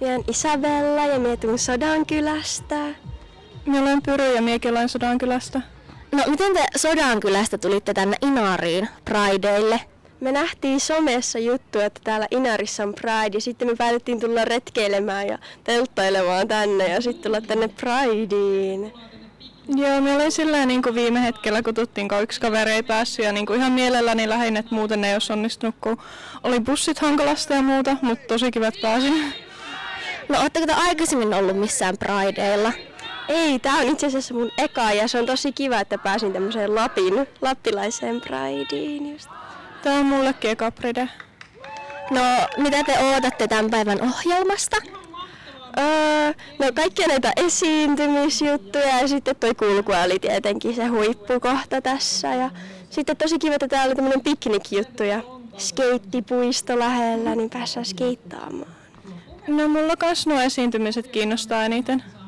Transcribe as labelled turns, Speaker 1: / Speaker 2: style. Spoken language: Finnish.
Speaker 1: Minä olen Isabella ja minä tuun Sodankylästä.
Speaker 2: Minä olen Pyry ja minäkin olen Sodankylästä.
Speaker 3: No miten te Sodankylästä tulitte tänne Inariin Prideille?
Speaker 1: Me nähtiin somessa juttu, että täällä Inarissa on Pride ja sitten me päätettiin tulla retkeilemään ja telttailemaan tänne ja sitten tulla tänne Prideen.
Speaker 2: Joo, meillä oli silleen niin kuin viime hetkellä, kun tuttiin, kun yksi kaveri ei päässyt ja niin kuin ihan mielelläni lähin, että muuten ei olisi onnistunut, kun oli bussit hankalasta ja muuta, mutta tosi kiva, että pääsin.
Speaker 3: No oletteko te aikaisemmin ollut missään Prideilla?
Speaker 1: Ei, tää on itse asiassa mun eka ja se on tosi kiva, että pääsin tämmöiseen Lapin, lappilaiseen Prideen just.
Speaker 2: Tämä on mullekin eka Pride.
Speaker 3: No mitä te ootatte tämän päivän ohjelmasta?
Speaker 1: Öö, no kaikkia näitä esiintymisjuttuja ja sitten toi kulkua oli tietenkin se huippukohta tässä. Ja sitten tosi kiva, että täällä oli tämmönen piknikjuttu ja skeittipuisto lähellä, niin päästään skeittaamaan.
Speaker 2: No mulla kans nuo esiintymiset kiinnostaa eniten.